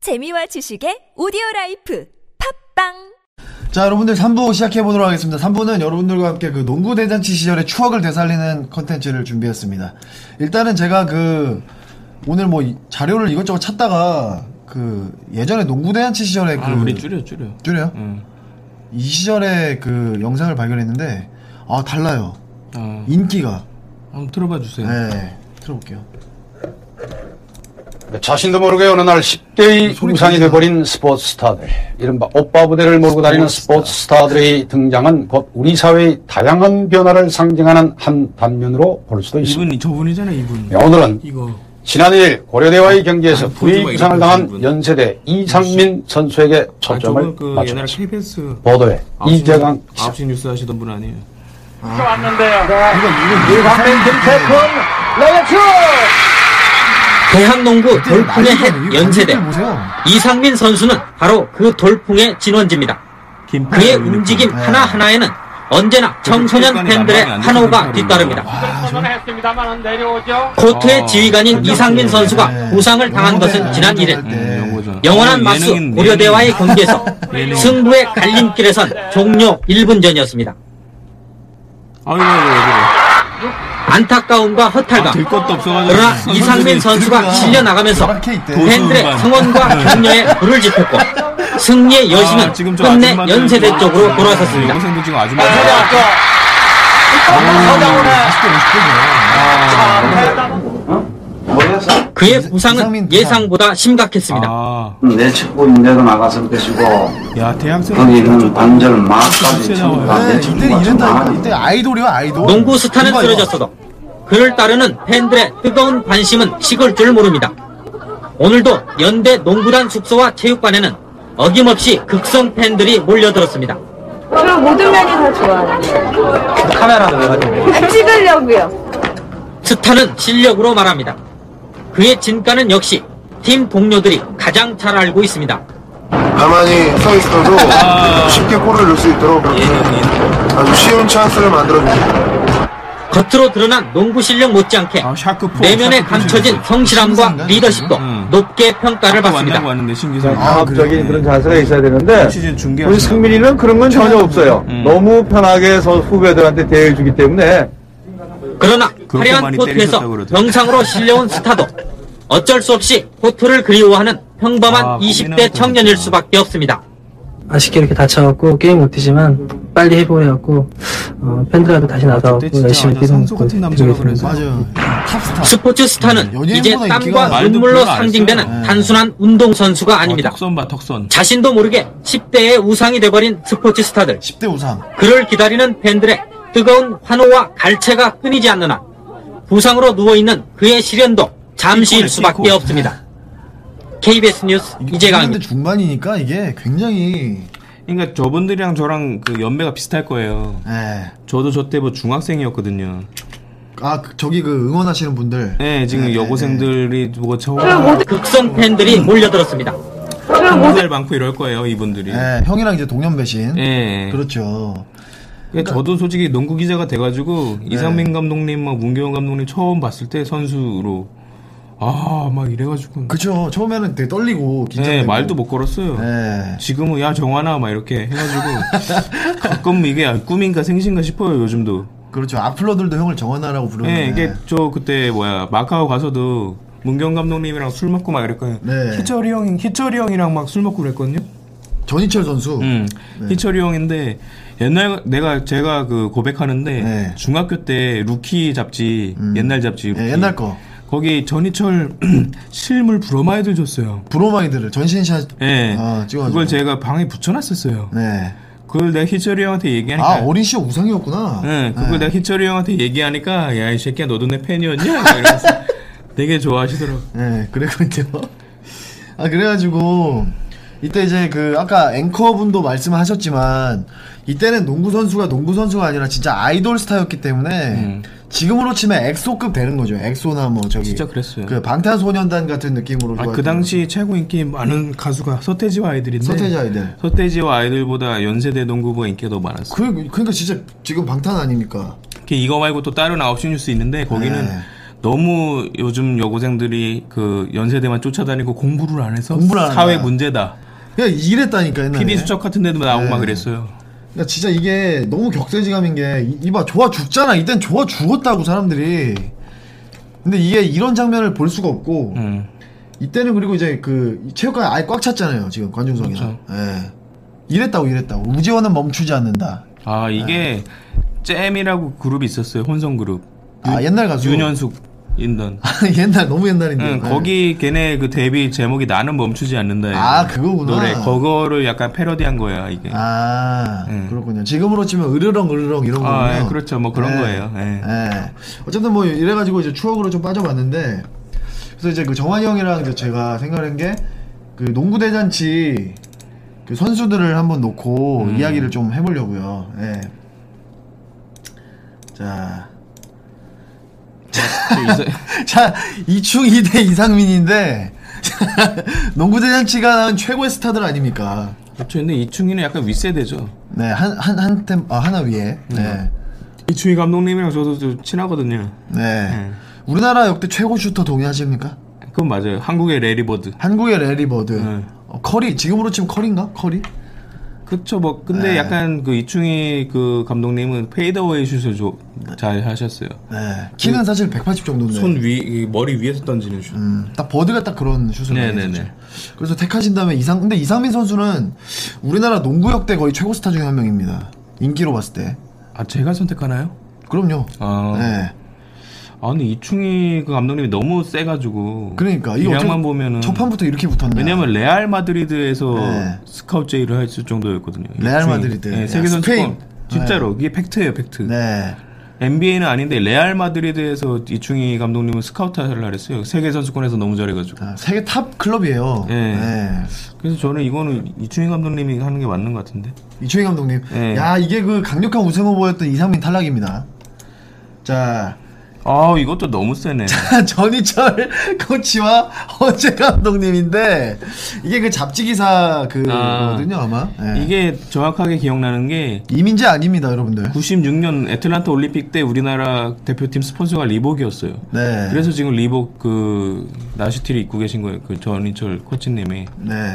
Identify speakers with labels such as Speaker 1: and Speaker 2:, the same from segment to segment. Speaker 1: 재미와 지식의 오디오 라이프 팝빵
Speaker 2: 자, 여러분들 3부 시작해 보도록 하겠습니다. 3부는 여러분들과 함께 그 농구 대잔치 시절의 추억을 되살리는 컨텐츠를 준비했습니다. 일단은 제가 그 오늘 뭐 이- 자료를 이것저것 찾다가 그 예전에 농구 대잔치 시절에 그
Speaker 3: 아, 우리 줄여 줄여.
Speaker 2: 줄여요?
Speaker 3: 응.
Speaker 2: 이 시절에 그 영상을 발견했는데 아, 달라요.
Speaker 3: 아,
Speaker 2: 인기가.
Speaker 3: 한번 들어봐 주세요.
Speaker 4: 아,
Speaker 2: 네. 들어볼게요.
Speaker 5: 그러니까 자신도 모르게 어느 날 10대의
Speaker 2: 소리
Speaker 5: 우상이
Speaker 2: 들리나?
Speaker 5: 돼버린 스포츠 스타들, 이른바 오빠 부대를 몰고 다니는 스포츠 스타들의 등장은 곧 우리 사회의 다양한 변화를 상징하는 한 단면으로 볼 수도 있습니다.
Speaker 3: 이분이 저분이잖아 이분.
Speaker 5: 네, 오늘은
Speaker 3: 이거
Speaker 5: 지난일 고려대와의 경기에서
Speaker 3: 아니,
Speaker 5: 부의
Speaker 3: 보지 마,
Speaker 5: 부상을
Speaker 3: 이거
Speaker 5: 당한
Speaker 3: 보지 마.
Speaker 5: 연세대 이상민 선수에게
Speaker 3: 아,
Speaker 5: 초점을
Speaker 3: 저분 그 옛날
Speaker 5: 맞췄습니다.
Speaker 3: KBS
Speaker 5: 보도에
Speaker 3: 아홉시
Speaker 5: 이재강
Speaker 3: 뉴스- 아홉시 뉴스 하시던 분 아니에요? 아,
Speaker 4: 대한농구 돌풍의 햇
Speaker 2: 이거
Speaker 4: 네, 연세대
Speaker 2: 관객들 보세요.
Speaker 4: 이상민 선수는 바로 그 돌풍의 진원지입니다.
Speaker 3: 김팔
Speaker 4: 그의
Speaker 3: 유니폼.
Speaker 4: 움직임
Speaker 2: 네.
Speaker 4: 하나하나에는 언제나 청소년
Speaker 3: 그
Speaker 4: 팬들의
Speaker 3: 뒷간이
Speaker 4: 환호가
Speaker 3: 남방이
Speaker 4: 뒤따릅니다.
Speaker 6: 했습니다만 내려오죠.
Speaker 4: 코트의
Speaker 3: 아, 예.
Speaker 4: 지휘관인
Speaker 3: 깜짝이야.
Speaker 4: 이상민 선수가
Speaker 2: 네.
Speaker 4: 부상을 당한
Speaker 2: 농구
Speaker 4: 것은
Speaker 2: 대잔치
Speaker 4: 지난
Speaker 2: 시절
Speaker 4: 1일
Speaker 2: 때
Speaker 3: 음, 연구자.
Speaker 4: 영원한
Speaker 3: 어,
Speaker 4: 마스
Speaker 3: 예능인,
Speaker 4: 고려대와의
Speaker 3: 예능인.
Speaker 4: 경기에서
Speaker 3: 예능인.
Speaker 4: 승부의 갈림길에선 종료 1분 전이었습니다.
Speaker 3: 아이고 아이고 왜 그래?
Speaker 4: 안타까움과 허탈감
Speaker 3: 아, 될 것도 없어가지고.
Speaker 4: 그러나
Speaker 3: 선수들이
Speaker 4: 이상민 선수가
Speaker 2: 들으나.
Speaker 4: 실려나가면서
Speaker 2: 저렇게 있대.
Speaker 3: 도-
Speaker 4: 팬들의
Speaker 3: 도수만.
Speaker 4: 성원과 격려에 불을 지폈고 승리의 여신은
Speaker 3: 아, 지금 저
Speaker 4: 끝내
Speaker 3: 아줌마들
Speaker 4: 연세대
Speaker 3: 지금
Speaker 4: 쪽으로
Speaker 3: 아,
Speaker 4: 돌아섰습니다.
Speaker 3: 영생도 지금 아줌마.
Speaker 6: 네.
Speaker 4: 그의
Speaker 2: 이상- 이상민
Speaker 4: 부상은
Speaker 2: 부상.
Speaker 4: 예상보다 심각했습니다.
Speaker 3: 아,
Speaker 7: 내 척구 인대도 나가서 뺏이고
Speaker 3: 야 대학생.
Speaker 7: 거기 있는 관절 막까지
Speaker 3: 진짜
Speaker 7: 전부
Speaker 8: 아,
Speaker 3: 나와요.
Speaker 7: 다내
Speaker 2: 네,
Speaker 7: 척구가
Speaker 2: 이때 이랬다. 이때 아이돌이요, 아이돌.
Speaker 4: 농구 스타는
Speaker 2: 이거, 이거.
Speaker 4: 쓰러졌어도 그를 따르는 팬들의 뜨거운 관심은 식을 줄 모릅니다. 오늘도 연대 농구단 숙소와 체육관에는 어김없이 극성 팬들이 몰려들었습니다.
Speaker 9: 그 모든 면이 다 좋아요. 카메라는 왜 찍으려고요.
Speaker 4: 스타는 실력으로 말합니다. 그의 진가는 역시 팀 동료들이 가장 잘 알고 있습니다.
Speaker 8: 가만히 서 있어도
Speaker 2: 아.
Speaker 8: 쉽게 골을 넣을 수 있도록
Speaker 2: 예,
Speaker 8: 그렇게 아주 쉬운 찬스를 만들어줍니다.
Speaker 4: 겉으로 드러난 농구 실력 못지않게
Speaker 3: 아, 샤크 포,
Speaker 4: 내면에
Speaker 3: 샤크 포
Speaker 4: 감춰진
Speaker 3: 실력.
Speaker 4: 성실함과
Speaker 2: 신기하네.
Speaker 4: 리더십도
Speaker 3: 음.
Speaker 4: 높게 평가를 받습니다.
Speaker 3: 왔다고 하는데 네. 신기사.
Speaker 5: 네, 아,
Speaker 10: 강압적인 그런 자세가 있어야 되는데
Speaker 3: 시즌 중계.
Speaker 10: 우리 승민이는 그런 건 전혀 없어요.
Speaker 3: 음.
Speaker 10: 너무 편하게 서 후배들한테 대해 주기 때문에
Speaker 4: 그러나
Speaker 3: 그렇게
Speaker 4: 화려한
Speaker 3: 많이
Speaker 4: 코트에서
Speaker 3: 때리셨다고 그러더라고요.
Speaker 4: 영상으로 실려온 스타도 어쩔 수 없이 코트를 그리워하는 평범한
Speaker 3: 아,
Speaker 4: 20대
Speaker 3: 고민하는
Speaker 4: 청년일
Speaker 3: 거구나.
Speaker 4: 수밖에 없습니다.
Speaker 11: 아쉽게 이렇게 다쳐갖고 게임 못뛰지만 빨리 해보려고 어, 팬들한테 다시 나가갖고
Speaker 3: 그때 진짜
Speaker 11: 열심히
Speaker 3: 완전
Speaker 11: 뛰는
Speaker 3: 선수
Speaker 11: 걸
Speaker 3: 같은 남자라
Speaker 11: 드리겠습니다.
Speaker 3: 그래서.
Speaker 2: 맞아요. 탑스타.
Speaker 4: 스포츠
Speaker 3: 음,
Speaker 4: 스타는
Speaker 2: 연예인보다
Speaker 4: 이제
Speaker 2: 인기가
Speaker 4: 땀과
Speaker 3: 말도
Speaker 4: 눈물로
Speaker 3: 별로 안 했어요. 음.
Speaker 4: 상징되는
Speaker 2: 네.
Speaker 4: 단순한 운동선수가 아닙니다.
Speaker 3: 턱선 봐 턱선.
Speaker 4: 자신도 모르게 10대의 우상이 돼버린 스포츠 스타들.
Speaker 2: 10대 우상.
Speaker 4: 그를 기다리는 팬들의 뜨거운 환호와 갈채가 끊이지 않는 한 부상으로 누워있는 그의 시련도 잠시일
Speaker 3: 피곤해,
Speaker 4: 수밖에
Speaker 3: 피곤해.
Speaker 4: 없습니다. KBS 뉴스
Speaker 2: 이게
Speaker 4: 네. 이재강입니다.
Speaker 2: 90년대 중반이니까 이게 굉장히
Speaker 3: 그러니까 저분들이랑 저랑 그 연배가 비슷할 거예요.
Speaker 2: 예.
Speaker 3: 저도 저때 뭐 중학생이었거든요.
Speaker 2: 아 그- 저기 그 응원하시는 분들
Speaker 3: 네, 지금 여고생들이 뭐 저.
Speaker 4: 극성 팬들이 몰려들었습니다.
Speaker 3: 한달 많고 이럴 거예요 이분들이.
Speaker 2: 예, 형이랑 이제 동년배신
Speaker 3: 예.
Speaker 2: 그렇죠
Speaker 3: 그러니까 저도 솔직히 농구 기자가 돼가지고 이상민 감독님, 막 문경원 감독님 처음 봤을 때 선수로 아 막 이래가지고
Speaker 2: 그쵸 처음에는 되게 떨리고 긴장되고
Speaker 3: 네, 말도 못 걸었어요.
Speaker 2: 예.
Speaker 3: 지금은 야 정환아 막 이렇게 해가지고 가끔 이게 아, 꿈인가 생신가 싶어요 요즘도.
Speaker 2: 그렇죠 악플러들도 형을 정원하라고 부르는
Speaker 3: 네, 이게 저 그때 뭐야 마카오 가서도 문경 감독님이랑 술 먹고 막 이랬거든요.
Speaker 2: 네.
Speaker 3: 희철이 형, 희철이 형이랑 막 술 먹고 그랬거든요.
Speaker 2: 전희철 선수
Speaker 3: 음,
Speaker 2: 네.
Speaker 3: 희철이 형인데 옛날 내가 제가 그 고백하는데
Speaker 2: 네.
Speaker 3: 중학교 때 루키 잡지
Speaker 2: 음.
Speaker 3: 옛날 잡지
Speaker 2: 예,
Speaker 3: 루키.
Speaker 2: 옛날 거
Speaker 3: 거기 전희철 실물 브로마이드를 줬어요.
Speaker 2: 브로마이드를 전신샷
Speaker 3: 예,
Speaker 2: 아, 찍어가지고.
Speaker 3: 그걸 제가 방에 붙여놨었어요.
Speaker 2: 네.
Speaker 3: 그걸 내가 희철이 형한테 얘기하니까
Speaker 2: 아 어린 시절 우상이었구나
Speaker 3: 응, 그러니까. 그걸
Speaker 2: 예.
Speaker 3: 내가 희철이 형한테 얘기하니까 야 이 새끼야 너도 내 팬이었냐? 막 이러면서 되게 좋아하시더라고.
Speaker 2: 예, 그랬거든요. 아, 그래가지고, 이때 이제 그, 아까 앵커분도 말씀하셨지만, 이때는 농구선수가 농구선수가 아니라 진짜 아이돌 스타였기 때문에, 지금으로 치면 엑소급 되는 거죠. 엑소나 뭐, 저기.
Speaker 3: 음. 진짜 그랬어요.
Speaker 2: 그 방탄소년단 같은 느낌으로.
Speaker 3: 아,
Speaker 2: 좋아했던
Speaker 3: 그 당시 최고 인기 많은 가수가 서태지와 아이들인데
Speaker 2: 서태지 아이들.
Speaker 3: 서태지와 아이들보다 연세대 농구부가 인기가 더 많았어.
Speaker 2: 그, 그니까 진짜 지금 방탄 아닙니까?
Speaker 3: 이렇게 이거 말고 또 다른 9시 뉴스 있는데 거기는
Speaker 2: 네.
Speaker 3: 너무 요즘 여고생들이 그 연세대만 쫓아다니고 공부를 안 해서
Speaker 2: 공부를 안
Speaker 3: 사회
Speaker 2: 한다.
Speaker 3: 문제다.
Speaker 2: 그냥 이랬다니까 옛날에.
Speaker 3: PD 수첩 같은 데도 나오고
Speaker 2: 네.
Speaker 3: 막 그랬어요.
Speaker 2: 그러니까 진짜 이게 너무 격세지감인 게 이- 이봐 좋아 죽잖아 이땐 좋아 죽었다고 사람들이 근데 이게 이런 장면을 볼 수가 없고
Speaker 3: 음.
Speaker 2: 이때는 그리고 이제 그이 체육관 아예 꽉 찼잖아요 지금 관중석이나 예. 이랬다고 이랬다고 우지원은 멈추지 않는다
Speaker 3: 아 이게
Speaker 2: 네.
Speaker 3: 잼이라고 그룹이 있었어요. 혼성 그룹.
Speaker 2: 아, 옛날 가수. 아, 네.
Speaker 3: 윤현숙 인던.
Speaker 2: 옛날 너무 옛날인데 예.
Speaker 3: 응, 거기 걔네 그 데뷔 제목이 나는 멈추지 않는다.
Speaker 2: 아, 그거구나.
Speaker 3: 노래 그거를 약간 패러디한 거야 이게.
Speaker 2: 아 그렇군요 지금으로 치면 으르렁 으르렁 이런 거군요
Speaker 3: 예. 아, 예, 그렇죠. 뭐 그런
Speaker 2: 예.
Speaker 3: 거예요. 예.
Speaker 2: 예. 어쨌든 뭐 이래가지고 이제 추억으로 좀 빠져봤는데 그래서 이제 그 정환이 형이랑 이제 제가 생각한 게 그 농구 대잔치 그 선수들을 한번 놓고
Speaker 3: 음.
Speaker 2: 이야기를 좀 해보려고요. 예. 자.
Speaker 3: 네, 그
Speaker 2: 자, 이충 2대 이상민인데 농구 대잔치가 낳은 최고의 스타들 아닙니까?
Speaker 3: 그렇죠. 근데 이충희는 약간 윗세대죠.
Speaker 2: 네, 한 한 한 템 아, 하나 위에.
Speaker 3: 음.
Speaker 2: 네.
Speaker 3: 이충희 감독님이랑 저도 좀 친하거든요.
Speaker 2: 네. 우리나라 역대 최고 슈터 동의하십니까?
Speaker 3: 그건 맞아요. 한국의 레리버드.
Speaker 2: 한국의 레리버드.
Speaker 3: 네.
Speaker 2: 어, 커리 지금으로 치면 커리인가? 커리?
Speaker 3: 그쵸 뭐 근데
Speaker 2: 네.
Speaker 3: 약간 그 이충희 그 감독님은 페이더웨이 슛을 좀 잘 하셨어요.
Speaker 2: 네. 키는 사실 180 정도인데.
Speaker 3: 그
Speaker 2: 음,
Speaker 3: 손 위, 이 머리 위에서 던지는 슛.
Speaker 2: 딱 버드가 딱 그런 슛을 많이
Speaker 3: 네네네.
Speaker 2: 했었죠. 그래서 택하신 다음에 이상 근데 이상민 선수는 우리나라 농구 역대 거의 최고 스타 중에 한 명입니다. 인기로 봤을 때.
Speaker 3: 아 제가 선택하나요?
Speaker 2: 그럼요.
Speaker 3: 아.
Speaker 2: 네.
Speaker 3: 아 근데 이충희 그 감독님이 너무 세가지고.
Speaker 2: 그러니까 이거
Speaker 3: 이량만
Speaker 2: 어떻게
Speaker 3: 보면은.
Speaker 2: 첫 판부터 이렇게 붙었네.
Speaker 3: 왜냐면 레알 마드리드에서
Speaker 2: 네.
Speaker 3: 스카우트 제의를 했을 정도였거든요.
Speaker 2: 레알
Speaker 3: 이충희.
Speaker 2: 마드리드.
Speaker 3: 네,
Speaker 2: 야,
Speaker 3: 세계 선수권.
Speaker 2: 스페인.
Speaker 3: 진짜로 이게 팩트예요, 팩트.
Speaker 2: 네.
Speaker 3: NBA는 아닌데 레알 마드리드에서 이충희 감독님은 스카우트를 했어요. 세계 선수권에서 너무 잘해가지고.
Speaker 2: 아, 세계 탑 클럽이에요. 네.
Speaker 3: 예. 그래서 저는 이거는 이충희 감독님이 하는 게 맞는 것 같은데.
Speaker 2: 이충희 감독님.
Speaker 3: 예.
Speaker 2: 야 이게 그 강력한 우승 후보였던 이상민 탈락입니다. 자,
Speaker 3: 아 이것도 너무 세네.
Speaker 2: 전희철 코치와 허재 감독님인데 이게 그 잡지 기사 그거든요 아, 마
Speaker 3: 이게 정확하게 기억나는 게
Speaker 2: 이민재 아닙니다 여러분들.
Speaker 3: 96년 애틀란타 올림픽 때 우리나라 대표팀 스폰서가 리복이었어요.
Speaker 2: 네.
Speaker 3: 그래서 지금 리복 그 나시티를 입고 계신 거예요. 그 전희철 코치님이.
Speaker 2: 네.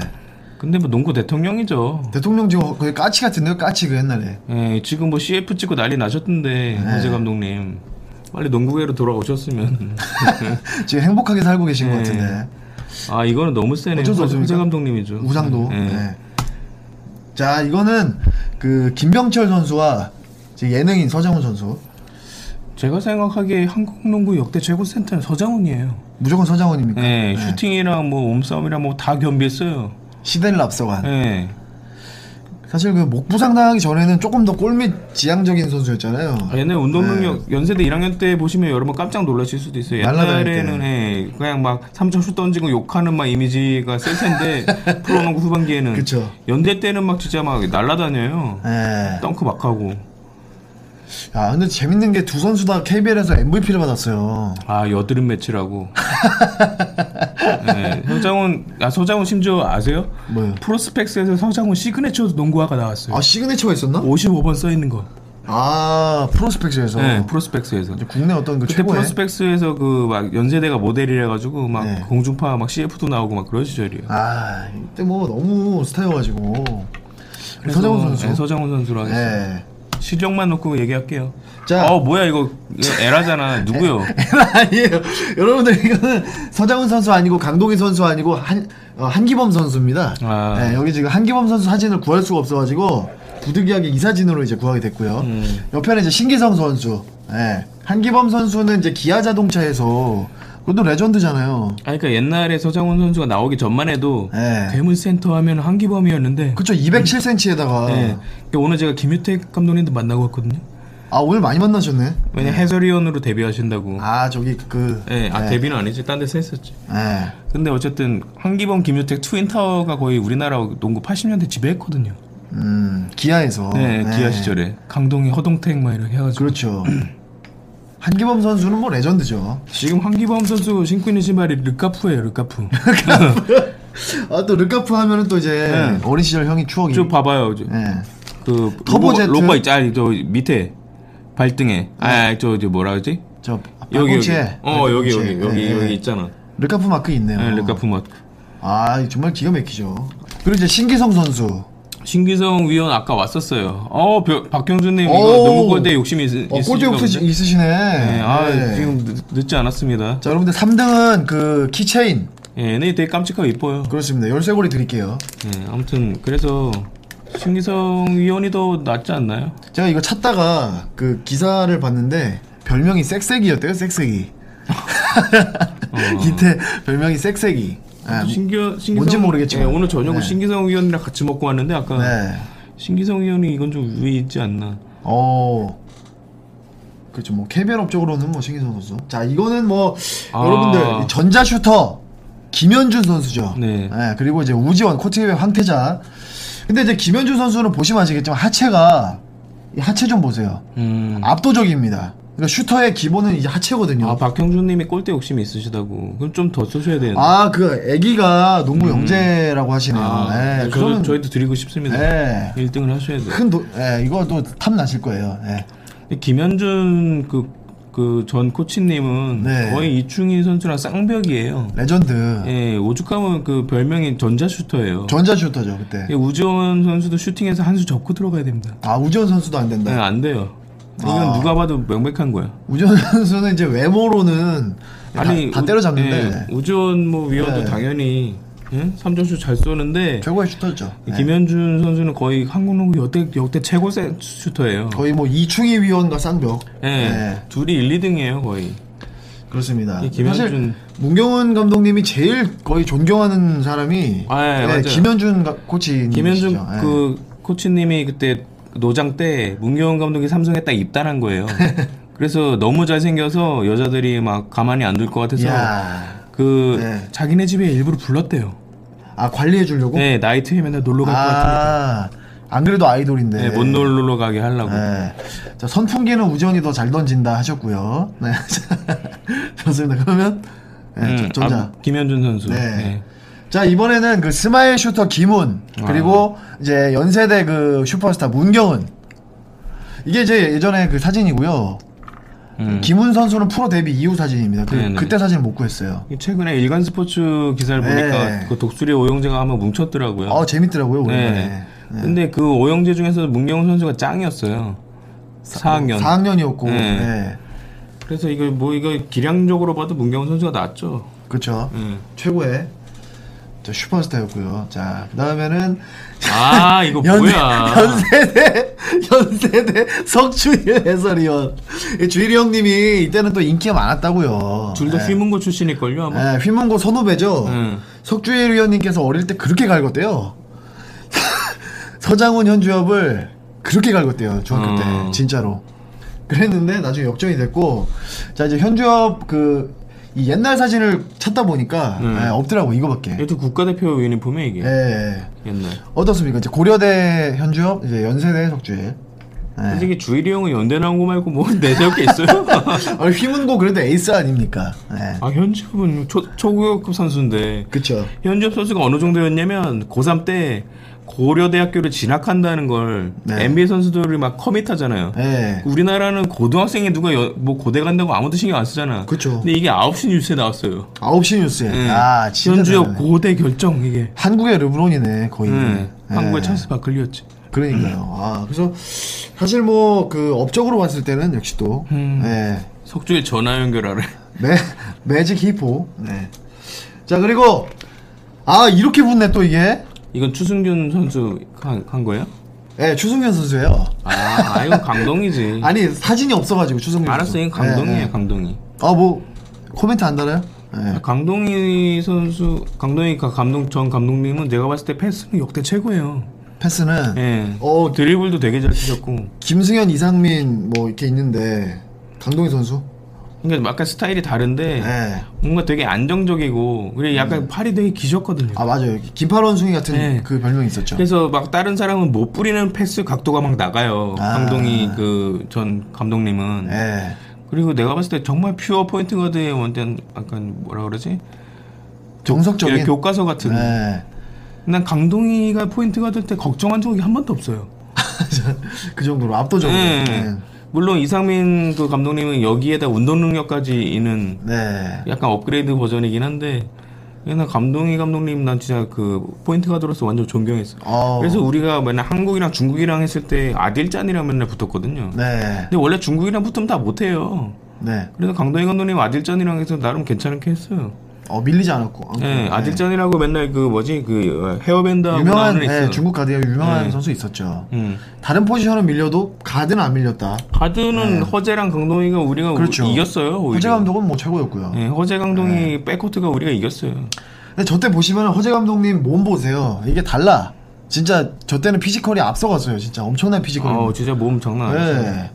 Speaker 3: 근데 뭐 농구 대통령이죠.
Speaker 2: 대통령 지금 거의 까치 같은데요 까치 그 옛날에.
Speaker 3: 예, 지금 뭐 CF 찍고 난리 나셨던데
Speaker 2: 네.
Speaker 3: 허재 감독님 빨리 농구계로 돌아오셨으면.
Speaker 2: 지금 행복하게 살고 계신
Speaker 3: 네.
Speaker 2: 것 같은데.
Speaker 3: 아 이거는 너무 세네요.
Speaker 2: 어쩔 수
Speaker 3: 허재
Speaker 2: 없습니까?
Speaker 3: 감독님이죠.
Speaker 2: 우상도.
Speaker 3: 예.
Speaker 2: 네. 자 이거는 그 김병철 선수와 지금 예능인 서장훈 선수.
Speaker 3: 제가 생각하기에 한국 농구 역대 최고 센터는 서장훈이에요.
Speaker 2: 무조건 서장훈입니까?
Speaker 3: 네, 슈팅이랑 뭐 몸싸움이랑 뭐 다 겸비했어요.
Speaker 2: 시대를 앞서간.
Speaker 3: 네.
Speaker 2: 사실 그 목부상 당하기 전에는 조금 더 골밑 지향적인 선수였잖아요.
Speaker 3: 옛날 운동
Speaker 2: 네.
Speaker 3: 능력 연세대 1학년 때 보시면 여러분 깜짝 놀라실 수도 있어요.
Speaker 2: 날라다닐
Speaker 3: 옛날에는 예, 그냥 막 3점슛 던지고 욕하는 막 이미지가 셀 텐데 프로농구 후반기에는
Speaker 2: 그쵸.
Speaker 3: 연대 때는 막 진짜 막 날라다녀요.
Speaker 2: 예.
Speaker 3: 덩크 막 하고.
Speaker 2: 아 근데 재밌는 게 두 선수 다 KBL에서 MVP를 받았어요.
Speaker 3: 아 여드름 매치라고. 네, 서장훈 아 서장훈 심지어 아세요?
Speaker 2: 뭐요?
Speaker 3: 프로스펙스에서 서장훈 시그네처 농구화가 나왔어요.
Speaker 2: 아 시그네처가 있었나?
Speaker 3: 55번 써 있는 거.
Speaker 2: 아 프로스펙스에서
Speaker 3: 네, 프로스펙스에서.
Speaker 2: 국내 어떤 그
Speaker 3: 그때
Speaker 2: 최고의
Speaker 3: 프로스펙스에서 그 막 연세대가 모델이라 가지고 막 공중파 막 CF도 나오고 막 그런 시절이에요.
Speaker 2: 네. 아 이때 뭐 너무 스타여가지고 서장훈 선수.
Speaker 3: 네, 서장훈 선수로 하겠습니다.
Speaker 2: 네.
Speaker 3: 실력만 놓고 얘기할게요.
Speaker 2: 자.
Speaker 3: 어 뭐야 이거 이거 에라잖아. 누구요?
Speaker 2: 아니에요. 여러분들 이거는 서장훈 선수 아니고 강동희 선수 아니고 한 어, 한기범 선수입니다.
Speaker 3: 아.
Speaker 2: 네, 여기 지금 한기범 선수 사진을 구할 수가 없어가지고 부득이하게 이 사진으로 이제 구하게 됐고요.
Speaker 3: 음.
Speaker 2: 옆에는 이제 신기성 선수. 네. 한기범 선수는 이제 기아 자동차에서 그것도 레전드잖아요.
Speaker 3: 아 그러니까 옛날에 서장훈 선수가 나오기 전만 해도
Speaker 2: 네.
Speaker 3: 괴물센터 하면 한기범이었는데.
Speaker 2: 그쵸 어. 207cm에다가
Speaker 3: 네. 그러니까 오늘 제가 김유택 감독님도 만나고 왔거든요.
Speaker 2: 아 오늘 많이 만나셨네.
Speaker 3: 왜냐 해설위원으로 데뷔하신다고.
Speaker 2: 아 저기 그
Speaker 3: 음. 네, 아
Speaker 2: 네.
Speaker 3: 데뷔는 아니지. 딴 데서 했었지.
Speaker 2: 네.
Speaker 3: 근데 어쨌든 한기범 김유택 트윈 타워가 거의 우리나라 농구 80년대 지배했거든요.
Speaker 2: 음, 기아에서
Speaker 3: 네, 기아 시절에 강동이 허동택 막 이렇게 해가지고.
Speaker 2: 그렇죠. 한기범 선수는 뭐 레전드죠.
Speaker 3: 지금 한기범 선수 신고 있는 신발이 르카프예요, 르카프.
Speaker 2: 아 또 르카프 하면은 또 이제
Speaker 3: 네.
Speaker 2: 어린 시절 형이 추억이.
Speaker 3: 좀 봐봐요, 저,
Speaker 2: 네.
Speaker 3: 그
Speaker 2: 터보 제트.
Speaker 3: 로퍼 있지, 아니 저 밑에 발등에, 아, 저, 저 아, 뭐라 그러지?
Speaker 2: 저
Speaker 3: 여기 여기.
Speaker 2: 발꿈치에.
Speaker 3: 어 여기 여기
Speaker 2: 발꿈치에.
Speaker 3: 여기
Speaker 2: 네,
Speaker 3: 여기
Speaker 2: 네.
Speaker 3: 있잖아.
Speaker 2: 르카프 마크 있네요.
Speaker 3: 네, 르카프 마크.
Speaker 2: 아 정말 기가 막히죠. 그리고 이제 신기성 선수. 어,
Speaker 3: 신기성 위원 아까 왔었어요. 어 벼- 박경준님 이거
Speaker 2: 오.
Speaker 3: 너무 골대 욕심이 있,
Speaker 2: 어,
Speaker 3: 있으신가
Speaker 2: 꼴찌 없으시,
Speaker 3: 보네.
Speaker 2: 있으시네.
Speaker 3: 네, 아
Speaker 2: 네.
Speaker 3: 지금 늦- 늦지 않았습니다.
Speaker 2: 자, 여러분들 3등은 그 키체인.
Speaker 3: 예, 얘네 되게 깜찍하고 이뻐요.
Speaker 2: 그렇습니다. 열쇠고리 드릴게요.
Speaker 3: 예, 아무튼 그래서 신기성 위원이 더 낫지 않나요?
Speaker 2: 제가 이거 찾다가 그 기사를 봤는데 별명이 섹색이였대요. 섹색이. 이때 별명이 섹색이. 아,
Speaker 3: 어. 신기 신기성
Speaker 2: 뭔지 모르겠지만.
Speaker 3: 예, 오늘 저녁은
Speaker 2: 네.
Speaker 3: 신기성 위원이랑 같이 먹고 왔는데 아까
Speaker 2: 네.
Speaker 3: 신기성 위원이 이건 좀 위에 있지 않나.
Speaker 2: 어. 그렇죠. 뭐 KBL 쪽으로는 뭐 신기성 선수. 자, 이거는 뭐
Speaker 3: 아.
Speaker 2: 여러분들 전자 슈터 김현준 선수죠.
Speaker 3: 네.
Speaker 2: 예, 그리고 이제 우지원 코트웨이 황태자. 근데 이제 김현준 선수는 보시면 아시겠지만 하체가 이 하체 좀 보세요.
Speaker 3: 음.
Speaker 2: 압도적입니다. 그러니까 슈터의 기본은 이제 하체거든요.
Speaker 3: 아 박형준님이 골대 욕심이 있으시다고. 그럼 좀 더 쏘셔야 되는데.
Speaker 2: 아, 그 애기가 농구 영재라고 하시네요.
Speaker 3: 음. 아,
Speaker 2: 예,
Speaker 3: 저도-
Speaker 2: 그러면
Speaker 3: 저희도 드리고 싶습니다.
Speaker 2: 네.
Speaker 3: 1등을 하셔야 돼요.
Speaker 2: 큰 도, 예, 이거 또 탐 나실 거예요. 예.
Speaker 3: 근데 김현준 그, 그 전 코치님은
Speaker 2: 네.
Speaker 3: 거의 이충희 선수랑 쌍벽이에요.
Speaker 2: 레전드.
Speaker 3: 예, 오죽하면 그 별명이 전자슈터예요.
Speaker 2: 네. 전자 슈터죠, 그때.
Speaker 3: 예, 우지원 선수도 슈팅에서 한 수 접고 들어가야 됩니다.
Speaker 2: 아, 우지원 선수도 안 된다.
Speaker 3: 네, 안 돼요. 이건
Speaker 2: 아.
Speaker 3: 누가 봐도 명백한 거야.
Speaker 2: 우지원 선수는 이제 외모로는 다,
Speaker 3: 아니 우-
Speaker 2: 다 때려잡는데
Speaker 3: 예, 우지원 뭐 위원도
Speaker 2: 네.
Speaker 3: 당연히 예? 3점슛 잘 쏘는데
Speaker 2: 최고의 슈터죠. 네.
Speaker 3: 김현준 선수는 거의 한국 농구 역대 역대 최고 세- 슈터예요.
Speaker 2: 거의 뭐 이충희 위원과 쌍벽.
Speaker 3: 예,
Speaker 2: 네.
Speaker 3: 둘이 1, 2등이에요 거의.
Speaker 2: 그렇습니다.
Speaker 3: 이 김현준-
Speaker 2: 사실 문경은 감독님이 제일 거의 존경하는 사람이 네,
Speaker 3: 아, 예, 맞아요.
Speaker 2: 김현준 가- 코치님이시죠.
Speaker 3: 김현준
Speaker 2: 예.
Speaker 3: 그 코치님이 그때 노장 때 문경원 감독이 삼성에 딱 입단한 거예요. 그래서 너무 잘생겨서 여자들이 막 가만히 안 둘 것 같아서
Speaker 2: 이야.
Speaker 3: 그
Speaker 2: 네.
Speaker 3: 자기네 집에 일부러 불렀대요.
Speaker 2: 아 관리해 주려고.
Speaker 3: 네, 나이트에 맨날 놀러 갈 것 같으니까.
Speaker 2: 아, 안 그래도 아이돌인데.
Speaker 3: 네, 못 놀러 가게 하려고.
Speaker 2: 네. 자, 선풍기는 우지원이 더 잘 던진다 하셨고요. 네. 좋습니다. 그러면 네,
Speaker 3: 음,
Speaker 2: 전- 전자.
Speaker 3: 아, 김현준 선수.
Speaker 2: 네.
Speaker 3: 네.
Speaker 2: 자 이번에는 그 스마일 슈터 김훈 그리고
Speaker 3: 아.
Speaker 2: 이제 연세대 그 슈퍼스타 문경은 이게 제 예전에 그 사진이고요.
Speaker 3: 음.
Speaker 2: 김훈 선수는 프로 데뷔 이후 사진입니다.
Speaker 3: 네네.
Speaker 2: 그, 때 사진을 못 구했어요.
Speaker 3: 최근에 일간 스포츠 기사를
Speaker 2: 네.
Speaker 3: 보니까 그 독수리 오영재가 한번 뭉쳤더라고요.
Speaker 2: 아 재밌더라고요 오랜만에.
Speaker 3: 네. 근데 그 오영재 중에서 문경훈 선수가 짱이었어요. 4학년.
Speaker 2: 4학년이었고
Speaker 3: 네. 그래서 이거 뭐 이거 기량적으로 봐도 문경훈 선수가 낫죠.
Speaker 2: 그렇죠
Speaker 3: 음.
Speaker 2: 최고의 저 슈퍼스타였고요. 자 그다음에는
Speaker 3: 아 이거
Speaker 2: 연세,
Speaker 3: 뭐야?
Speaker 2: 연세대 연세대 석주일 해설위원 주일이 형님이 이때는 또 인기가 많았다고요.
Speaker 3: 둘 다
Speaker 2: 네.
Speaker 3: 휘문고 출신일걸요 아마.
Speaker 2: 예, 휘문고 선후배죠.
Speaker 3: 음.
Speaker 2: 석주일 위원님께서 어릴 때 그렇게 갈궜대요. 서장훈 현주엽을 그렇게 갈궜대요. 중학교
Speaker 3: 어.
Speaker 2: 때 진짜로. 그랬는데 나중에 역전이 됐고 자 이제 현주엽 그 이 옛날 사진을 찾다 보니까
Speaker 3: 음.
Speaker 2: 예, 없더라고 이거밖에.
Speaker 3: 얘도 국가대표 유니폼이야 이게.
Speaker 2: 예.
Speaker 3: 옛날.
Speaker 2: 어떻습니까? 이제 고려대 현주엽, 이제 연세대 석주일. 예.
Speaker 3: 솔직히 주일이 형은 연대 나온 거 말고 뭐 내세울 게 있어요?
Speaker 2: 아, 휘문고 그래도 에이스 아닙니까? 예.
Speaker 3: 아 현지업은 초 초고급 선수인데
Speaker 2: 그쵸.
Speaker 3: 현지업 선수가 어느 정도였냐면 고3 때 고려대학교를 진학한다는 걸
Speaker 2: 네.
Speaker 3: NBA 선수들이 막 커밋하잖아요.
Speaker 2: 예.
Speaker 3: 우리나라는 고등학생이 누가 여- 뭐 고대 간다고 아무도 신경 안 쓰잖아.
Speaker 2: 그쵸.
Speaker 3: 근데 이게 9시 뉴스에 나왔어요.
Speaker 2: 9시 뉴스에.
Speaker 3: 예.
Speaker 2: 아, 진짜.
Speaker 3: 현주역
Speaker 2: 대단하네.
Speaker 3: 고대 결정 이게.
Speaker 2: 한국의 르브론이네, 거의.
Speaker 3: 예.
Speaker 2: 예.
Speaker 3: 한국의 음. 찰스 바클리였지.
Speaker 2: 그러니까요. 아, 그래서 사실 뭐 그 업적으로 봤을 때는 역시 또
Speaker 3: 음.
Speaker 2: 예.
Speaker 3: 석주의 전화 연결하래.
Speaker 2: 매 매직 히포. 네. 자, 그리고 아, 이렇게 붙네 또 이게.
Speaker 3: 이건 추승균 선수 한, 한 거예요?
Speaker 2: 예, 추승현 선수예요.
Speaker 3: 아, 아, 이건 강동이지.
Speaker 2: 아니, 사진이 없어 가지고 추승현
Speaker 3: 알았어,
Speaker 2: 선수.
Speaker 3: 이건 강동이야, 강동이.
Speaker 2: 아, 뭐 코멘트 안 달아요? 예.
Speaker 3: 네, 강동희 선수, 강동희 가- 감독 전 감독님은 내가 봤을 때 패스는 역대 최고예요.
Speaker 2: 패스는
Speaker 3: 예.
Speaker 2: 어,
Speaker 3: 드리블도 되게 잘 치셨고.
Speaker 2: 김승현, 이상민 뭐 이렇게 있는데 강동희 선수?
Speaker 3: 그러니까 약간 스타일이 다른데
Speaker 2: 예.
Speaker 3: 뭔가 되게 안정적이고 그리고 약간 팔이 되게 기셨거든요.
Speaker 2: 음. 아, 맞아요. 김팔원 승이 같은
Speaker 3: 예.
Speaker 2: 그 별명이 있었죠.
Speaker 3: 그래서 막 다른 사람은 못 뿌리는 패스 각도가 막 나가요.
Speaker 2: 아.
Speaker 3: 강동희 그 전 감독님은.
Speaker 2: 예.
Speaker 3: 그리고 내가 봤을 때 정말 퓨어 포인트 가드의 원단 약간 뭐라 그러지?
Speaker 2: 정석적인
Speaker 3: 예, 교과서 같은.
Speaker 2: 예.
Speaker 3: 난 강동희가 포인트 가드 때 걱정한 적이 한 번도 없어요.
Speaker 2: 그 정도로 압도적으로.
Speaker 3: 예.
Speaker 2: 예.
Speaker 3: 물론 이상민 그 감독님은 여기에다 운동 능력까지 있는
Speaker 2: 네.
Speaker 3: 약간 업그레이드 버전이긴 한데 그냥 감동이 감독님 난 진짜 그 포인트 가드로서 완전 존경했어.
Speaker 2: 어.
Speaker 3: 그래서 우리가 맨날 한국이랑 중국이랑 했을 때 아딜짠이랑 맨날 붙었거든요.
Speaker 2: 네.
Speaker 3: 근데 원래 중국이랑 붙으면 다 못해요.
Speaker 2: 네.
Speaker 3: 그래서 강동희 감독님 아딜짠이랑 해서 나름 괜찮게 했어요.
Speaker 2: 어 밀리지 않았고.
Speaker 3: 네, 아딜짠이라고 맨날 그 뭐지 그 헤어밴드
Speaker 2: 유명한 네, 중국 가드에 유명한
Speaker 3: 네.
Speaker 2: 선수 있었죠. 다른 포지션은 밀려도 가드는 안 밀렸다.
Speaker 3: 가드는 허재랑 강동희가 우리가
Speaker 2: 네. 그렇죠.
Speaker 3: 이겼어요. 어, 오히려.
Speaker 2: 허재 감독은 뭐 최고였고요.
Speaker 3: 네, 허재 강동희 백코트가 우리가 이겼어요.
Speaker 2: 근데 저 때 보시면 허재 감독님 몸 보세요. 이게 달라. 진짜 저 때는 피지컬이 앞서갔어요. 진짜 엄청난 피지컬.
Speaker 3: 어, 진짜 몸 장난 아니었어요.
Speaker 2: 네.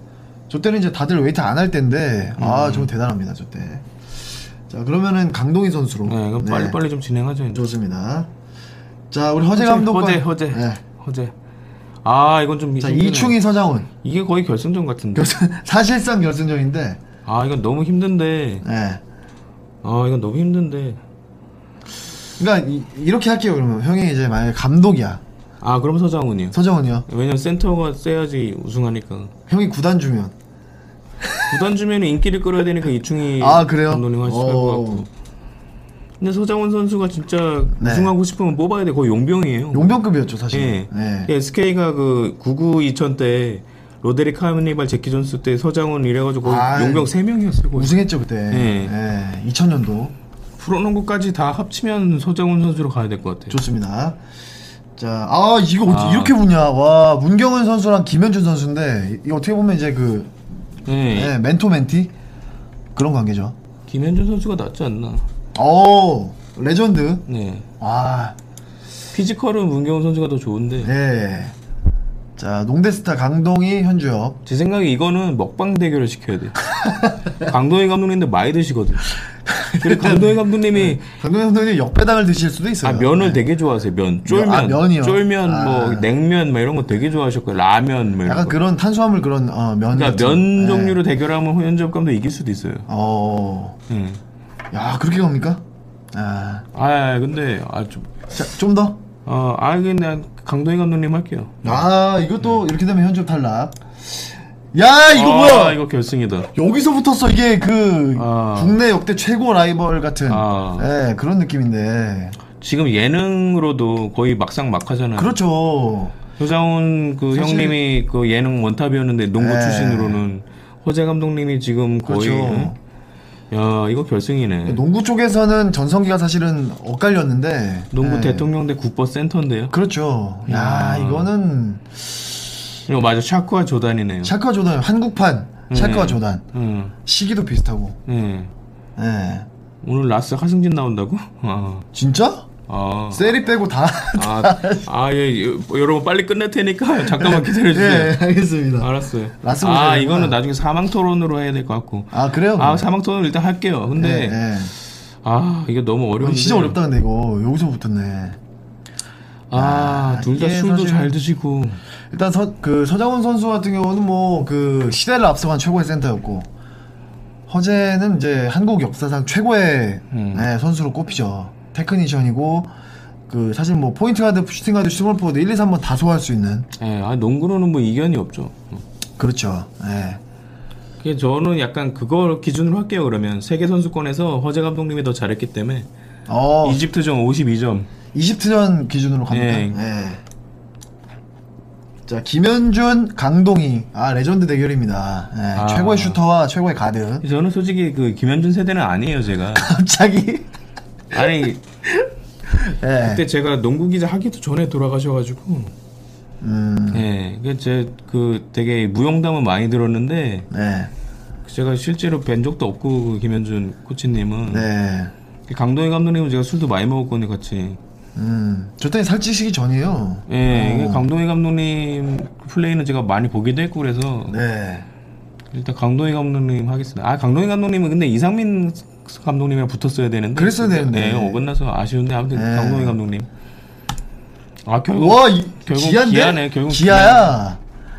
Speaker 2: 저 때는 이제 다들 웨이트 안 할 때인데
Speaker 3: 음.
Speaker 2: 아, 저 대단합니다. 저 때. 자, 그러면은 강동희 선수로. 네,
Speaker 3: 그럼 빨리빨리 좀 진행하죠.
Speaker 2: 좋습니다. 자, 우리 허재 감독과
Speaker 3: 허재 허재 허재. 아 이건 좀
Speaker 2: 자,
Speaker 3: 힘드네.
Speaker 2: 이충희 서장훈.
Speaker 3: 이게 거의 결승전 같은데.
Speaker 2: 사실상 결승전인데
Speaker 3: 아 이건 너무 힘든데.
Speaker 2: 네.
Speaker 3: 아 이건 너무 힘든데.
Speaker 2: 그러니까 이, 렇게 할게요. 그러면 형이 이제 만약에 감독이야.
Speaker 3: 아 그럼 서장훈이요.
Speaker 2: 서장훈이요.
Speaker 3: 왜냐면 센터가 세야지 우승하니까.
Speaker 2: 형이 구단 주면
Speaker 3: 구단 주면 인기를 끌어야 되니까 이충희
Speaker 2: 아, 그래요?
Speaker 3: 예,
Speaker 2: 어.
Speaker 3: 감독님 하실 것 같고. 근데 서장훈 선수가 진짜 우승하고 싶으면 뽑아야 돼. 거의 용병이에요.
Speaker 2: 네. 용병급이었죠 사실.
Speaker 3: 예.
Speaker 2: 네.
Speaker 3: SK가 그 99, 2000 때 로데릭 카니발 제키 존스 때 서장훈 이래가지고 거의
Speaker 2: 아이, 예.
Speaker 3: 용병 3명이었어요.
Speaker 2: 우승했죠 그때. 네.
Speaker 3: 예. 네.
Speaker 2: 2000년도.
Speaker 3: 프로농구까지 다 합치면 서장훈 선수로 가야 될 것 같아요.
Speaker 2: 좋습니다. 자, 아 이거 어떻게 이렇게 보냐. 와 문경은 선수랑 김현준 선수인데 이- 이거 어떻게 보면 이제 그
Speaker 3: 네.
Speaker 2: 예, 멘토 멘티 그런 관계죠.
Speaker 3: 김현준 선수가 낫지 않나.
Speaker 2: 오 레전드.
Speaker 3: 네.
Speaker 2: 아
Speaker 3: 피지컬은 문경훈 선수가 더 좋은데.
Speaker 2: 네. 자 농대스타 강동희 현주엽.
Speaker 3: 제 생각에 이거는 먹방 대결을 시켜야 돼. 강동희 감독님도 많이 드시거든. 그리고 강동희
Speaker 2: 네.
Speaker 3: 감독님이
Speaker 2: 강동희 감독님 역배당을 드실 수도 있어요.
Speaker 3: 아 면을 되게 좋아하세요. 면 쫄면,
Speaker 2: 아, 네. 면이요?
Speaker 3: 쫄면 뭐
Speaker 2: 아.
Speaker 3: 냉면 뭐 이런 거 되게 좋아하셨고 라면 뭐 이런
Speaker 2: 약간
Speaker 3: 거.
Speaker 2: 그런 탄수화물 그런 어, 면.
Speaker 3: 그러니까
Speaker 2: 같은.
Speaker 3: 면
Speaker 2: 예.
Speaker 3: 종류로 대결하면 현접 감도 이길 수도 있어요.
Speaker 2: 어.
Speaker 3: 음.
Speaker 2: 야 그렇게 갑니까? 아.
Speaker 3: 아 근데
Speaker 2: 자, 좀 더.
Speaker 3: 어, 아 그냥 강동희 감독님 할게요.
Speaker 2: 아 이것도 이렇게 되면 현주 탈락. 야 이거
Speaker 3: 음. 아,
Speaker 2: 뭐야?
Speaker 3: 이거 결승이다.
Speaker 2: 여기서 붙었어 이게 그 국내 역대 최고 라이벌 같은
Speaker 3: 아. 음.
Speaker 2: 예, 그런 느낌인데
Speaker 3: 지금 예능으로도 거의 막상 막하잖아요.
Speaker 2: 그렇죠.
Speaker 3: 효장훈 그
Speaker 2: 사실-
Speaker 3: 형님이 그 예능 원탑이었는데 농구
Speaker 2: 네.
Speaker 3: 출신으로는 허재 감독님이 지금 거의
Speaker 2: 그렇죠.
Speaker 3: 응? 야 이거 결승이네.
Speaker 2: 농구 쪽에서는 전성기가 사실은 엇갈렸는데
Speaker 3: 농구
Speaker 2: 예.
Speaker 3: 대통령대 국보 센터인데요.
Speaker 2: 그렇죠. 야
Speaker 3: 아.
Speaker 2: 이거는
Speaker 3: 이거 맞아 샤크와 조단이네요.
Speaker 2: 샤크와 조단 한국판 샤크와
Speaker 3: 네.
Speaker 2: 조단
Speaker 3: 응.
Speaker 2: 시기도 비슷하고
Speaker 3: 예.
Speaker 2: 예.
Speaker 3: 오늘 라스 하승진 나온다고? 아.
Speaker 2: 진짜?
Speaker 3: 아.
Speaker 2: 세리 빼고 다
Speaker 3: 아, 아, 예, 예, 여러분 빨리 끝낼 테니까 잠깐만 아, 기다려주세요.
Speaker 2: 예, 알겠습니다.
Speaker 3: 알았어요.
Speaker 2: 라스
Speaker 3: 아,
Speaker 2: 보세요.
Speaker 3: 이거는 나중에 사망 토론으로 해야 될 것 같고.
Speaker 2: 아 그래요?
Speaker 3: 아, 사망 네. 토론 일단 할게요. 근데
Speaker 2: 예, 예.
Speaker 3: 아, 이게 너무 어려운데.
Speaker 2: 진짜 어렵다 근데 이거 여기서 붙었네.
Speaker 3: 아, 둘 다
Speaker 2: 이게
Speaker 3: 술도
Speaker 2: 사실은-
Speaker 3: 잘 드시고.
Speaker 2: 일단 서, 그 서장훈 선수 같은 경우는 뭐 그 시대를 앞서간 최고의 센터였고 허재는 이제 한국 역사상 최고의
Speaker 3: 음.
Speaker 2: 네, 선수로 꼽히죠. 테크니션이고 그 사실 뭐 포인트 가드, 슈팅 가드, 스몰 포드 1, 2, 3번 다 소화할 수 있는
Speaker 3: 예, 아, 농구로는 뭐 이견이 없죠.
Speaker 2: 그렇죠. 예.
Speaker 3: 그게 저는 약간 그걸 기준으로 할게요. 그러면 세계 선수권에서 허재 감독님이 더 잘했기 때문에
Speaker 2: 어,
Speaker 3: 이집트전 52점.
Speaker 2: 이집트전 기준으로 갑니다.
Speaker 3: 예.
Speaker 2: 예. 자 김현준, 강동희 아 레전드 대결입니다. 예,
Speaker 3: 아.
Speaker 2: 최고의 슈터와 최고의 가드.
Speaker 3: 저는 솔직히 그 김현준 세대는 아니에요, 제가.
Speaker 2: 갑자기
Speaker 3: 아니
Speaker 2: 예.
Speaker 3: 그때 제가 농구 기자 하기도 전에 돌아가셔가지고
Speaker 2: 음,
Speaker 3: 예, 제그 되게 무용담은 많이 들었는데
Speaker 2: 네.
Speaker 3: 제가 실제로 뵌 적도 없고 그 김현준 코치님은 그
Speaker 2: 네.
Speaker 3: 강동희 감독님은 제가 술도 많이 먹었거든요 같이
Speaker 2: 음, 저 때는 살찌시기 전이에요.
Speaker 3: 예,
Speaker 2: 어.
Speaker 3: 이게 강동희 감독님 플레이는 제가 많이 보기도 했고 그래서
Speaker 2: 네.
Speaker 3: 일단 강동희 감독님 하겠습니다 아 강동희 감독님은 근데 이상민 감독님이랑 붙었어야 되는데
Speaker 2: 그랬어야 되는데.
Speaker 3: 네, 어긋나서 아쉬운데 아무튼
Speaker 2: 네.
Speaker 3: 강동희 감독님 아 결국
Speaker 2: 와, 이,
Speaker 3: 결국
Speaker 2: 기아인데?
Speaker 3: 기아네, 결국
Speaker 2: 기아야.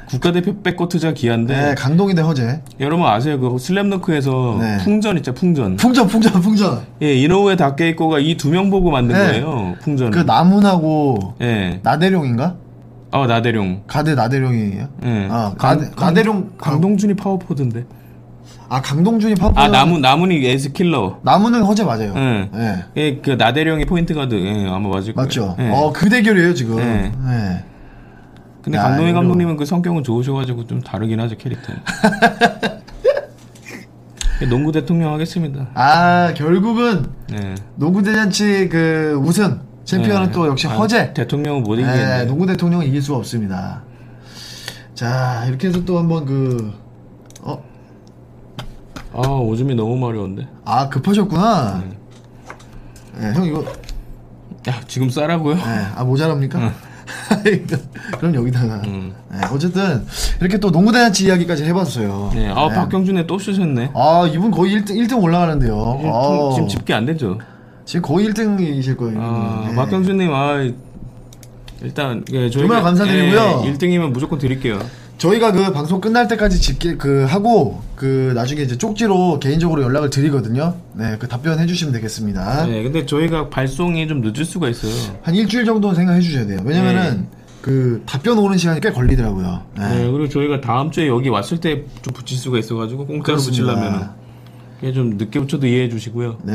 Speaker 3: 국가대표 백코트자 기아인데
Speaker 2: 네, 강동이 대 허재.
Speaker 3: 여러분 아세요? 그 슬램덩크에서
Speaker 2: 네.
Speaker 3: 풍전 있죠, 풍전.
Speaker 2: 풍전, 풍전, 풍전.
Speaker 3: 예, 이노우에 다케이코가 이 두 명 보고 만든
Speaker 2: 네.
Speaker 3: 거예요, 풍전을.
Speaker 2: 그 남훈하고
Speaker 3: 예.
Speaker 2: 나대룡인가?
Speaker 3: 어, 나대룡.
Speaker 2: 가대 나대룡이에요?
Speaker 3: 예.
Speaker 2: 아, 가대, 나대룡
Speaker 3: 강동준이 파워포드인데.
Speaker 2: 아, 강동준이 파워
Speaker 3: 아, 나무, 나무니 에이스 킬러.
Speaker 2: 나무는 허재 맞아요. 네.
Speaker 3: 예. 예, 그 나대령이 포인트 가드. 예, 아마 맞을 거예요.
Speaker 2: 맞죠?
Speaker 3: 예.
Speaker 2: 어, 그 대결이에요, 지금.
Speaker 3: 예.
Speaker 2: 예.
Speaker 3: 근데
Speaker 2: 야,
Speaker 3: 감독님
Speaker 2: 이거-
Speaker 3: 감독님은 그 성격은 좋으셔가지고 좀 다르긴 하죠 캐릭터. 농구 대통령 하겠습니다.
Speaker 2: 아, 결국은
Speaker 3: 네.
Speaker 2: 농구 대잔치 그 우승 챔피언은
Speaker 3: 네.
Speaker 2: 또 역시
Speaker 3: 아,
Speaker 2: 허재.
Speaker 3: 대통령은 못
Speaker 2: 네,
Speaker 3: 이기겠네.
Speaker 2: 농구 대통령은 이길 수가 없습니다. 자, 이렇게 해서 또 한번 그
Speaker 3: 아 오줌이 너무 마려운데.
Speaker 2: 아, 급하셨구나. 예, 형 이거
Speaker 3: 야 지금 싸라고요?
Speaker 2: 아, 모자랍니까? 그럼 여기다가. 예, 어쨌든 이렇게 또 농구 대잔치 이야기까지 해봤어요.
Speaker 3: 네. 아 박경준에 또 쓰셨네. 예,
Speaker 2: 아, 이분 거의 1등, 1등 올라가는데요. 아우.
Speaker 3: 지금 집계 안 되죠?
Speaker 2: 지금 거의 1등이실 거예요.
Speaker 3: 아,
Speaker 2: 네.
Speaker 3: 박경준님 아 일단 예, 저희가-
Speaker 2: 정말 감사드리고요.
Speaker 3: 예, 1등이면 무조건 드릴게요.
Speaker 2: 저희가 그 방송 끝날 때까지 집계 그 하고 그 나중에 이제 쪽지로 개인적으로 연락을 드리거든요. 네, 그 답변 해주시면 되겠습니다.
Speaker 3: 네, 근데 저희가 발송이 좀 늦을 수가 있어요.
Speaker 2: 한 일주일 정도는 생각해 주셔야 돼요. 왜냐면은 그 답변 오는 시간이 꽤 걸리더라고요.
Speaker 3: 네. 그리고 저희가 다음 주에 여기 왔을 때 좀 붙일 수가 있어가지고 공짜로
Speaker 2: 그렇습니다.
Speaker 3: 붙이려면은 그게 좀 늦게 붙여도 이해해 주시고요.
Speaker 2: 네.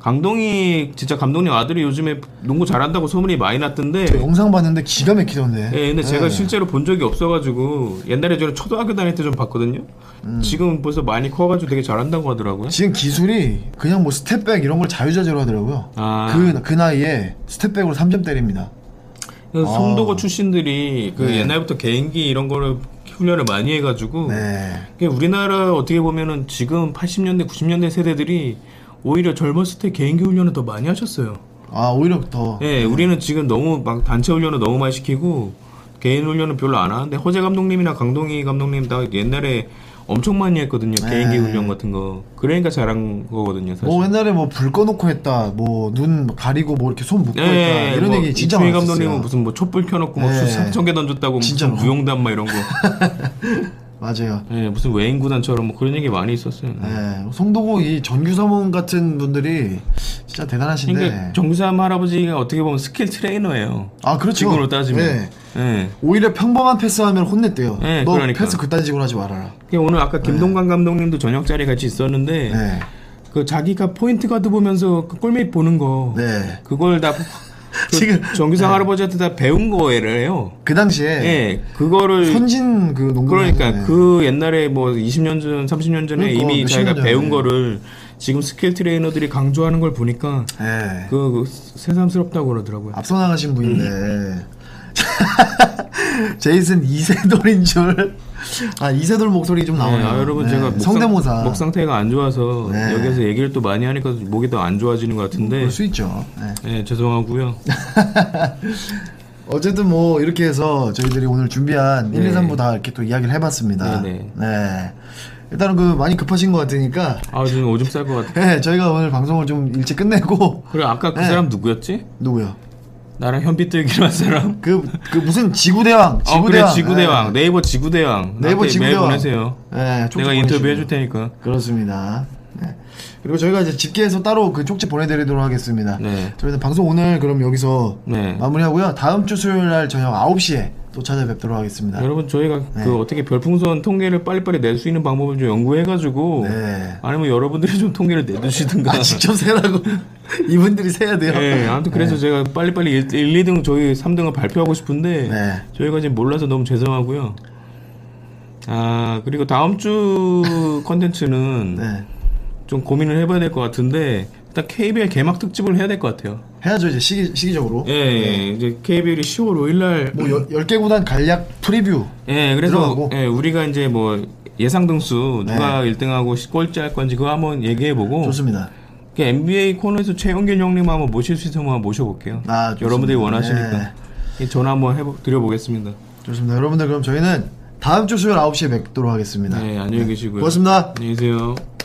Speaker 3: 강동희 진짜 감독님 아들이 요즘에 농구 잘한다고 소문이 많이 났던데.
Speaker 2: 영상 봤는데 기가 막히던데.
Speaker 3: 예, 근데 제가
Speaker 2: 네.
Speaker 3: 실제로 본 적이 없어가지고 옛날에 저는 초등학교 다닐 때 좀 봤거든요.
Speaker 2: 음.
Speaker 3: 지금 벌써 많이 커가지고 되게 잘한다고 하더라고요.
Speaker 2: 지금 기술이 그냥 뭐 스텝백 이런 걸 자유자재로 하더라고요.
Speaker 3: 아.
Speaker 2: 그, 그 나이에 스텝백으로 3점 때립니다.
Speaker 3: 그
Speaker 2: 아.
Speaker 3: 송도고 출신들이 그
Speaker 2: 네.
Speaker 3: 옛날부터 개인기 이런 거를 훈련을 많이 해가지고
Speaker 2: 네.
Speaker 3: 그게 우리나라 어떻게 보면은 지금 80년대 90년대 세대들이 오히려 젊었을 때 개인기 훈련을 더 많이 하셨어요.
Speaker 2: 아, 오히려 더.
Speaker 3: 예, 우리는 지금 너무 막 단체 훈련을 너무 많이 시키고 개인 훈련은 별로 안 하는데 허재 감독님이나 강동희 감독님 다 옛날에 엄청 많이 했거든요.
Speaker 2: 네.
Speaker 3: 개인기 훈련 같은 거. 그러니까 잘한 거거든요, 사실.
Speaker 2: 뭐 옛날에 뭐 불 꺼놓고 했다, 뭐 눈 가리고 뭐 이렇게 손 묶고 했다 이런 얘기 진짜
Speaker 3: 예, 뭐 이충희
Speaker 2: 많았어요.
Speaker 3: 감독님은 무슨 뭐 촛불 켜놓고 뭐
Speaker 2: 네.
Speaker 3: 수상청계 던졌다고 무슨 무용담 막 이런 거.
Speaker 2: 맞아요.
Speaker 3: 예, 무슨 외인 구단처럼 뭐 그런 얘기 많이 있었어요.
Speaker 2: 네, 송도고 이 전규사문 같은 분들이 진짜 대단하신데.
Speaker 3: 그러니까 정삼 할아버지가 어떻게 보면 스킬 트레이너예요.
Speaker 2: 아 네. 그렇죠.
Speaker 3: 지금으로 따지면.
Speaker 2: 네.
Speaker 3: 예.
Speaker 2: 오히려 평범한 패스하면 혼냈대요.
Speaker 3: 네,
Speaker 2: 너
Speaker 3: 그러니까.
Speaker 2: 패스 그딴 식으로 하지 말아라.
Speaker 3: 그게 그러니까 오늘 아까
Speaker 2: 네.
Speaker 3: 김동관 감독님도 저녁 자리 같이 있었는데 그 자기가 포인트 가드 보면서 그 골밑 보는 거
Speaker 2: 네.
Speaker 3: 그걸 다 지금 정규상 할아버지한테 다 배운 거예요.
Speaker 2: 그 당시에
Speaker 3: 예, 그거를
Speaker 2: 선진 그 농구.
Speaker 3: 그러니까 그 옛날에 뭐 20년 전, 30년 전에
Speaker 2: 그러니까,
Speaker 3: 이미
Speaker 2: 몇십
Speaker 3: 자기가
Speaker 2: 년 전에.
Speaker 3: 배운 거를 지금 스킬 트레이너들이 강조하는 걸 보니까
Speaker 2: 네.
Speaker 3: 그, 그 새삼스럽다고 그러더라고요.
Speaker 2: 예. 앞서 나가신 분인데. 제이슨 이세돌인 줄. 아 이세돌 목소리 좀 나오네요.
Speaker 3: 아, 여러분
Speaker 2: 네,
Speaker 3: 제가 목 상-
Speaker 2: 성대모사. 네.
Speaker 3: 목 상태가 안 좋아서 여기서 얘기를 또 많이 하니까 목이 더 안 좋아지는 것 같은데.
Speaker 2: 그럴 수 있죠. 네.
Speaker 3: 네, 죄송하고요.
Speaker 2: 어쨌든 뭐 이렇게 해서 저희들이 오늘 준비한 1, 2,
Speaker 3: 네.
Speaker 2: 3부 다 이렇게 또 이야기를 해봤습니다.
Speaker 3: 네네.
Speaker 2: 네. 일단은 그 많이 급하신 것 같으니까
Speaker 3: 아 지금 오줌 쌀 것 같아.
Speaker 2: 네, 저희가 오늘 방송을 좀 일찍 끝내고
Speaker 3: 그래 아까 그
Speaker 2: 네.
Speaker 3: 사람 누구였지?
Speaker 2: 누구요?
Speaker 3: 나랑 현빛 들기로 한 사람.
Speaker 2: 그, 그 무슨 지구대왕
Speaker 3: 어 그래
Speaker 2: 지구대왕
Speaker 3: 지구대왕 네. 이버 지구대왕
Speaker 2: 네이버
Speaker 3: 나한테 메일
Speaker 2: 지구대왕.
Speaker 3: 보내세요.
Speaker 2: 네, 쪽지
Speaker 3: 내가 인터뷰
Speaker 2: 보내시고요.
Speaker 3: 해줄 테니까.
Speaker 2: 그렇습니다. 네. 그리고 저희가 이제 집계해서 따로 그 쪽지 보내드리도록 하겠습니다.
Speaker 3: 네.
Speaker 2: 저희는 방송 오늘 그럼 여기서
Speaker 3: 네.
Speaker 2: 마무리하고요. 다음 주 수요일 날 저녁 9시에 또 찾아뵙도록 하겠습니다.
Speaker 3: 여러분 저희가
Speaker 2: 네.
Speaker 3: 그 어떻게 별풍선 통계를 빨리빨리 낼 수 있는 방법을 좀 연구해가지고 아니면 여러분들이 좀 통계를 내주시든가
Speaker 2: 네. 아, 직접 세라고 네. 이분들이 세야 돼요.
Speaker 3: 예, 아무튼 그래서 제가 빨리빨리 1, 2등 저희 3등을 발표하고 싶은데
Speaker 2: 네.
Speaker 3: 저희가 지금 몰라서 너무 죄송하고요. 아 그리고 다음 주 컨텐츠는
Speaker 2: 네.
Speaker 3: 좀 고민을 해봐야 될 것 같은데 일단 KBL 개막 특집을 해야 될 것 같아요.
Speaker 2: 해야죠 이제 시기 시기적으로.
Speaker 3: 예, 예, 이제 KBL이 10월 5일날
Speaker 2: 뭐 10개 구단 간략 프리뷰.
Speaker 3: 예, 그래서
Speaker 2: 들어가고. 네.
Speaker 3: 예, 우리가 이제 뭐 예상 등수 누가 1등하고 꼴찌 할 건지 그거 한번 얘기해보고
Speaker 2: 좋습니다.
Speaker 3: 그 NBA 코너에서 최영길 형님 한번 모실 수 있으면 한번 모셔볼게요.
Speaker 2: 아, 좋습니다.
Speaker 3: 여러분들이 원하시니까
Speaker 2: 네.
Speaker 3: 예, 전화 한번 해보, 드려보겠습니다.
Speaker 2: 좋습니다. 여러분들 그럼 저희는 다음 주 수요일 9시에 뵙도록 하겠습니다.
Speaker 3: 예, 안녕히 계시고요.
Speaker 2: 네. 고맙습니다.
Speaker 3: 안녕히 계세요.